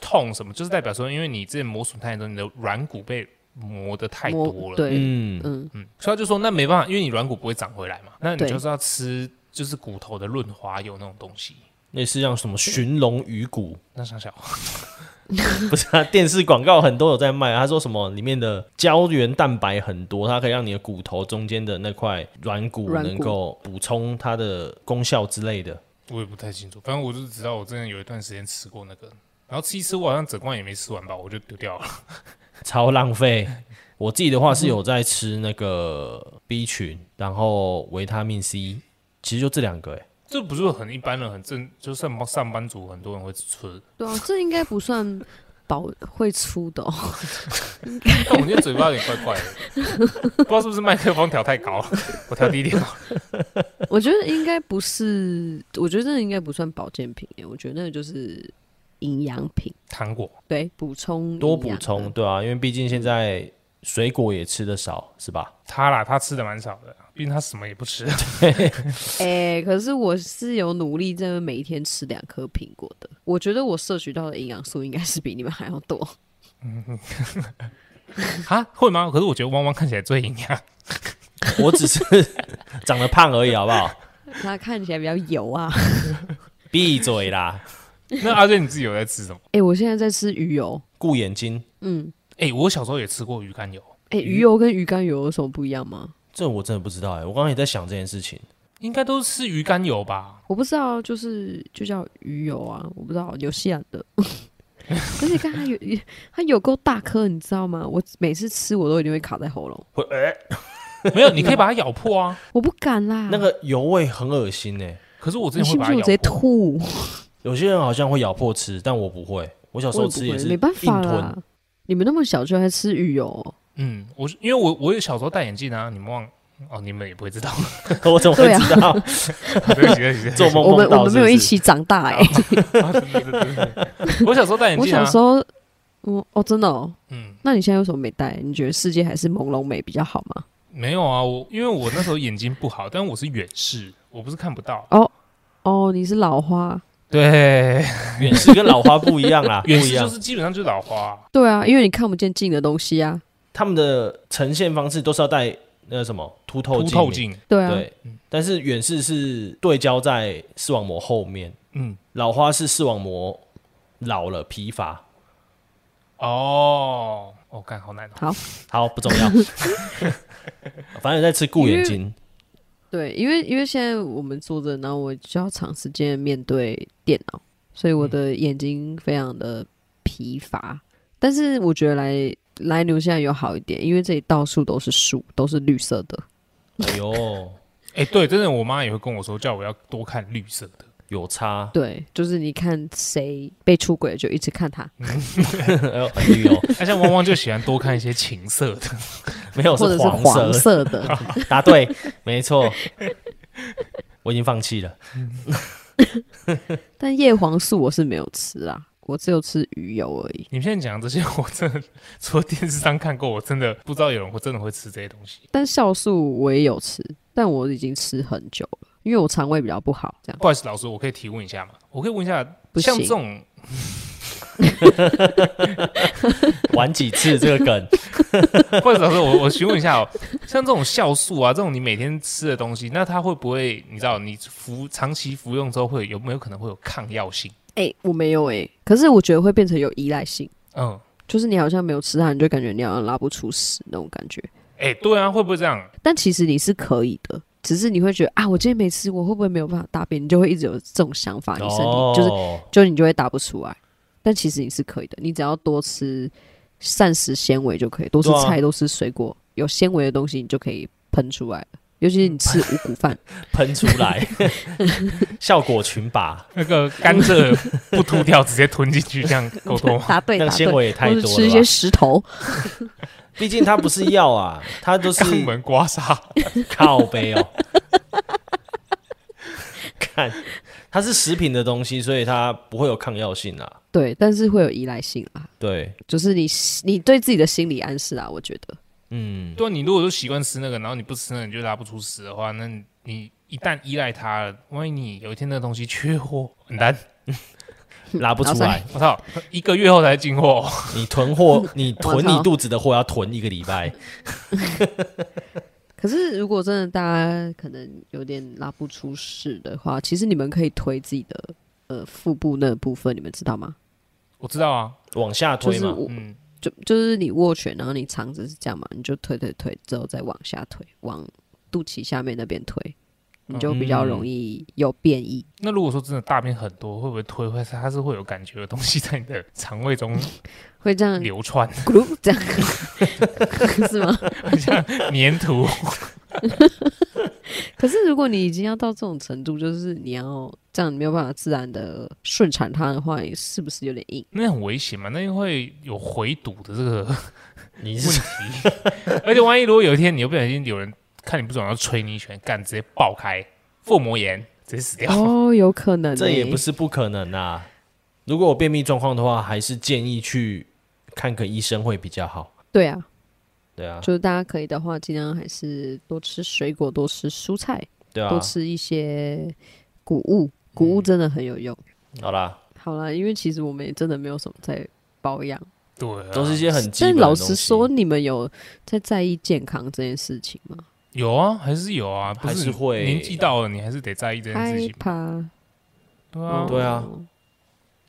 A: 痛什么，就是代表说，因为你之前磨损太多，你的软骨被磨得太
B: 磨
A: 多了。
B: 对
C: 嗯，
B: 嗯，
A: 嗯，所以他就说那没办法，因为你软骨不会长回来嘛，那你
B: 对
A: 就是要吃就是骨头的润滑油那种东西。
C: 类似像什么寻龙鱼骨，
A: 那想想，
C: 不是、啊？电视广告很多有在卖啊，他说什么里面的胶原蛋白很多，它可以让你的骨头中间的那块软骨
B: 软骨
C: 能够补充它的功效之类的。
A: 我也不太清楚，反正我就知道我之前有一段时间吃过那个，然后吃一吃，我好像整罐也没吃完吧，我就丢掉了。
C: 超浪费。我自己的话是有在吃那个 B 群，然后维他命 C，其实就这两个、欸。
A: 这不是很一般人，很正，就是上班上班族很多人会吃。
B: 对啊，这应该不算保会出的、哦。
A: 但我觉得嘴巴有点怪怪的，不知道是不是麦克风调太高了， 我调低一点好了。
B: 我觉得应该不是，我觉得那应该不算保健品耶，我觉得那个就是营养品，
A: 糖果
B: 对，补充
C: 多
B: 营养
C: 补
B: 的
C: 充，。对啊，因为毕竟现在水果也吃的少，是吧？
A: 他啦，他吃的蛮少的，毕竟他什么也不吃。
B: 哎、可是我是有努力在每一天吃两颗苹果的，我觉得我摄取到的营养素应该是比你们还要多。
A: 啊，会吗？可是我觉得汪汪看起来最营养。
C: 我只是 长得胖而已，好不好？
B: 它看起来比较油啊。
C: 闭嘴啦，
A: 那阿瑞你自己有在吃什么？
B: 哎、我现在在吃鱼油，
C: 顾眼睛，
B: 嗯，
A: 哎、我小时候也吃过鱼肝油，
B: 哎、鱼油跟鱼肝油有什么不一样吗？
C: 这我真的不知道哎、我刚刚也在想这件事情。
A: 应该都是吃鱼肝油吧？
B: 我不知道，就是就叫鱼油啊，我不知道纽西兰的。 而且看它有 它有够大颗，你知道吗？我每次吃我都一定会卡在喉咙，
C: 会哎、
A: 没有，你可以把它咬破啊。
B: 我不敢啦。
C: 那个油味很恶心哎、
A: 可是我之
B: 你
A: 前会
B: 信不
A: 把它
B: 信我
A: 咬
B: 直接
A: 破。
B: 吐？
C: 有些人好像会咬破吃，但我不会。我小时
B: 我也
C: 候
B: 不
C: 吃也
B: 会，
C: 是
B: 没办法
C: 硬吞
B: 啦。你们那么小就还吃鱼油哦、
A: 嗯，我因为我我有小时候戴眼镜啊，你们忘哦，你们也不会知 道。
C: 我怎么会
B: 对啊
C: 知道？
A: 对不起，对不起，对不起
C: 做梦
B: 我们
C: 梦到
B: 我们没
C: 是不
B: 有
C: 是
B: 一起长大哎、
A: 啊对对对对对我小时候戴眼
B: 我
A: 镜
B: 小
A: 啊
B: 时，候，我哦真的哦，
A: 嗯，
B: 那你现在为什么没戴？你觉得世界还是朦胧美比较好吗？
A: 没有啊，我因为我那时候眼睛不好，但我是远视，我不是看不到。
B: 哦，你是老花，
A: 对，
C: 远视跟老花不一 样啦，不
A: 远
C: 一
A: 视就
C: 样。
A: 是基本上就是老花，
B: 对啊，因为你看不见近的东西啊，
C: 他们的呈现方式都是要戴那个什么凸透
A: 凸
C: 镜，欸
A: 透镜。嗯
B: 对啊，
C: 对。但是远视是对焦在视网膜后面，
A: 嗯，
C: 老花是视网膜老了疲乏。
A: 哦，哦，干好难哦。
B: 好，
C: 好，不重 要， 反正在吃顾眼睛。
B: 对，因为因为现在我们坐着，然后我就要长时间面对电脑，所以我的眼睛非常的疲乏。但是我觉得来来纽西兰有好一点，因为这里到处都是树，都是绿色的。
C: 哎呦，
A: 哎，对，真的，我妈也会跟我说，叫我要多看绿色的。
C: 有差，
B: 对，就是你看谁被出轨，就一直看他。
C: 哎呦，
A: 那像汪汪就喜欢多看一些情色的，
C: 没有
B: 或者是
C: 黄
B: 黄色的，
C: 答对，没错。我已经放弃了。
B: 但叶黄素我是没有吃啊，我只有吃鱼油而已。
A: 你现在讲这些，我真的除了电视上看过，我真的不知道有人会真的会吃这些东西。
B: 但酵素我也有吃，但我已经吃很久了，因为我肠胃比较不好，这样
A: 不好意思，老师，我可以提问一下吗？我可以问一下，
B: 不
A: 像
B: 行
A: 这种
C: 玩几次这个 梗？
A: 不好意思，老师，我我询问一下哦，像这种酵素啊，这种你每天吃的东西，那它会不会你知道你服长期服用之后会有没有可能会有抗药性？
B: 哎、我没有哎、可是我觉得会变成有依赖性，
A: 嗯，
B: 就是你好像没有吃它，你就感觉你好像拉不出屎那种感觉。
A: 哎、对啊，会不会这样？
B: 但其实你是可以的，只是你会觉得啊，我今天没吃，我会不会没有办法大便？你就会一直有这种想法，你身体、就是
C: 哦
B: 就你就会打不出来。但其实你是可以的，你只要多吃膳食纤维就可以，多吃
C: 对啊
B: 菜，多吃水果，有纤维的东西你就可以喷出来了。尤其是你吃五谷 饭，
C: 喷出 来，效果群拔，
A: 那个甘蔗不吐掉，直接吞进去，这样够多吗？
B: 答对
C: 那
B: 答
C: 个纤
B: 对，
C: 维也太
B: 或
C: 多
B: 是吃一
C: 了
B: 些
C: 吧。
B: 石头，
C: 毕竟它不是药啊，它都是
A: 肛门刮痧，
C: 靠背哦。 看，它是食品的东西，所以它不会有抗药性啊。
B: 对，但是会有依赖性啊，
C: 对，
B: 就是你你对自己的心理暗示啊，我觉得
C: 嗯，
A: 对啊，你如果都习惯吃那个，然后你不吃那个，你就拉不出屎的话，那你一旦依赖它了，万一你有一天那东西缺货，很难。
C: 拉 不出
B: 然后
C: 来
B: 再。
A: 我操，一个月后才进货，
C: 你 囤货，你囤
B: 我
C: 你
B: 操
C: 肚子的货要囤一个礼拜。
B: 可是如果真的大家可能有点拉不出屎的话，其实你们可以推自己的呃腹部那部分，你们知道吗？
A: 我知道啊，
C: 往下
B: 就
C: 推
B: 是
C: 嘛，
B: 我
A: 嗯，
B: 就就是你握拳，然后你肠子是这样嘛，你就推推推，之后再往下推，往肚脐下面那边推，你就比较容易有变异。
A: 那如果说真的大便很多，会不会推会它是会有感觉的东西在你的肠胃中
B: 会这样
C: 嗯
A: 流窜，
B: 咕噜这样， 是吗？
A: 粘土？
B: 可是如果你已经要到这种程度，就是你要这样，你没有办法自然的顺产它的话，也是不是有点硬？
A: 那很危险嘛？那会有回堵的这 个
C: 你
A: 问
C: 是
A: 题， 而且万一如果有一天你又不小心有人看你不爽要捶你一拳，干直接爆开，腹膜炎直接死掉。
B: 哦，有可能、
C: 这也不。是不可能啊。如果有便秘状况的话，还是建议去看个医生会比较好。
B: 对啊，
C: 对啊，
B: 就是大家可以的话，尽量还是多吃水果，多吃蔬菜，
C: 对啊
B: 多，吃一些谷物，
A: 嗯
B: 谷物真的很有用。
C: 好啦，
B: 好啦，因为其实我们也真的没有什么在保养，
A: 对、啊，
C: 都是一些很基
B: 但
C: 本的
B: 老
C: 东西
B: 实说，，你们有在在意健康这件事情吗？
A: 有啊，还是有啊，不
C: 还是会哎
A: 年纪到了，你还是得在意这件事
B: 害
A: 情。
B: 怕，
A: 啊对啊，
C: 对啊，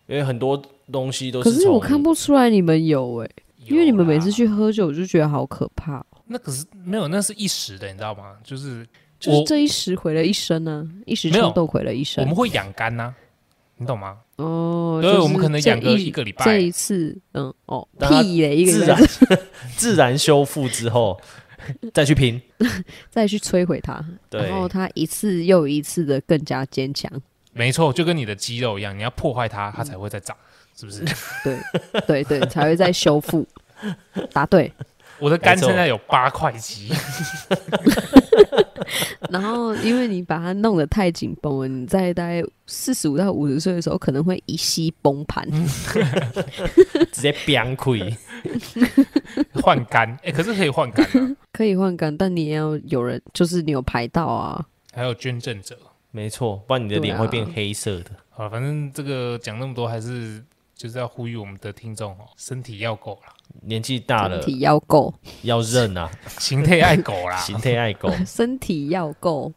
C: 因为很多东西都
B: 哦可
C: 是
B: 是我
C: 从
B: 看不出来你们有哎、因为你们每次
A: 有啦
B: 去喝酒，我就觉得好可怕哦、
A: 那可是没有，那是一时的，你知道吗？就是
B: 就是
A: 我
B: 这一时毁了一生呢、一时
A: 没有
B: 冲动毁了一
A: 我
B: 生
A: 们。会养肝呐、你懂吗？
B: 哦，
A: 对
B: 就是
A: 我们可能
B: 这
A: 养个
B: 一
A: 一个礼
B: 这
A: 拜
B: 一次，嗯，哦，
C: 但它
B: 屁嘞，一个
C: 自
B: 礼
C: 然
B: 拜
C: 自然修复 之后再去拼。
B: 再去摧毁它，
C: 对
B: 然后它一次又一次的更加 坚强。
A: 没错，就跟你的肌肉一样，你要破坏它，它才会再
B: 嗯
A: 长，是不是？
B: 对对对，才会再修复。答对。
A: 我的肝
C: 没错
A: 现在有八块肌，
B: 然后因为你把它弄得太紧绷了，你在大概四十五到五十岁的时候，可能会一夕崩盘。
A: 嗯
C: 直接 biang 溃，
A: 换肝， 哎、可是可以换肝啊，
B: 可以换肝，但你也要有人，就是你有排到啊。
A: 还有捐赠者。
C: 没错，不然你的脸会变黑色的。
A: 好了，反正这个讲那么多，还是就是要呼吁我们的听众哦，身体要够啦，
C: 年纪大
B: 身
C: 了
B: 体要够，
C: 要认啊，
A: 形态爱狗 啦，
C: 形态爱狗，
B: 身体要够，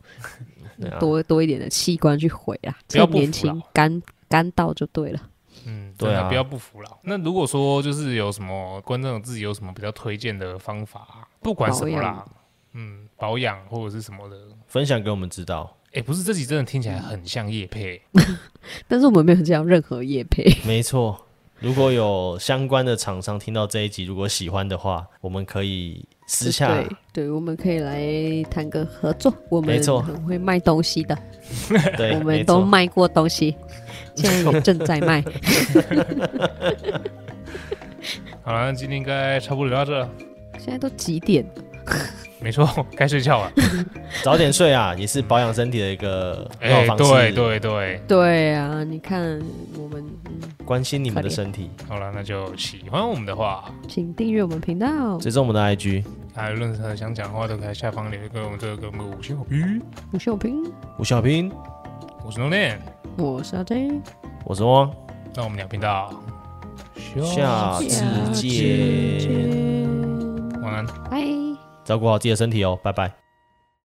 C: 对啊
B: 多多一点的器官去毁啊。
A: 不要
B: 趁
A: 不服
B: 年轻
A: 老，
B: 干干到就对了。
A: 嗯，
C: 对啊
A: 真的不要不服老。那如果说就是有什么观众自己有什么比较推荐的方法啊，不管什么
B: 保
A: 啦
B: 养，
A: 嗯，保养或者是什么的，
C: 分享给我们知道。
A: 哎、不是这集真的听起来很像叶配，
B: 但是我们没有这样任何业配，
C: 没错，如果有相关的厂商听到这一集，如果喜欢的话，我们可以私下
B: 对对，我们可以来谈个合作。我们
C: 没错
B: 很会卖东西的，
C: 对，
B: 我
C: 没
B: 们
C: 错
B: 都卖过东 西，现在也正在卖。
A: 好了，那今天应该差不多聊到这了。
B: 现在都几点了？
A: 没错，该睡觉 了。
C: 早点睡啊，也是保养身体的一个好
A: 哎、
C: 方式。
A: 对，对对，
B: 对啊，你看我们，嗯，
C: 关心你们的身体，
A: 好了，那就喜欢我们的话，
B: 请订阅我们频道，
C: 追踪我们的 IG
A: 还有任何想讲的话，都可以在下方留言给我们这个给我们五星好评。
B: 吴秀平，
C: 吴小平，
A: 我是 No n
B: 我是阿 J，
C: 我是汪，
A: 那我们俩频道，
C: 下次
B: 下次
C: 见，
B: 见
A: 晚安。
B: 拜。
C: 照顾好自己的身体哦，拜拜。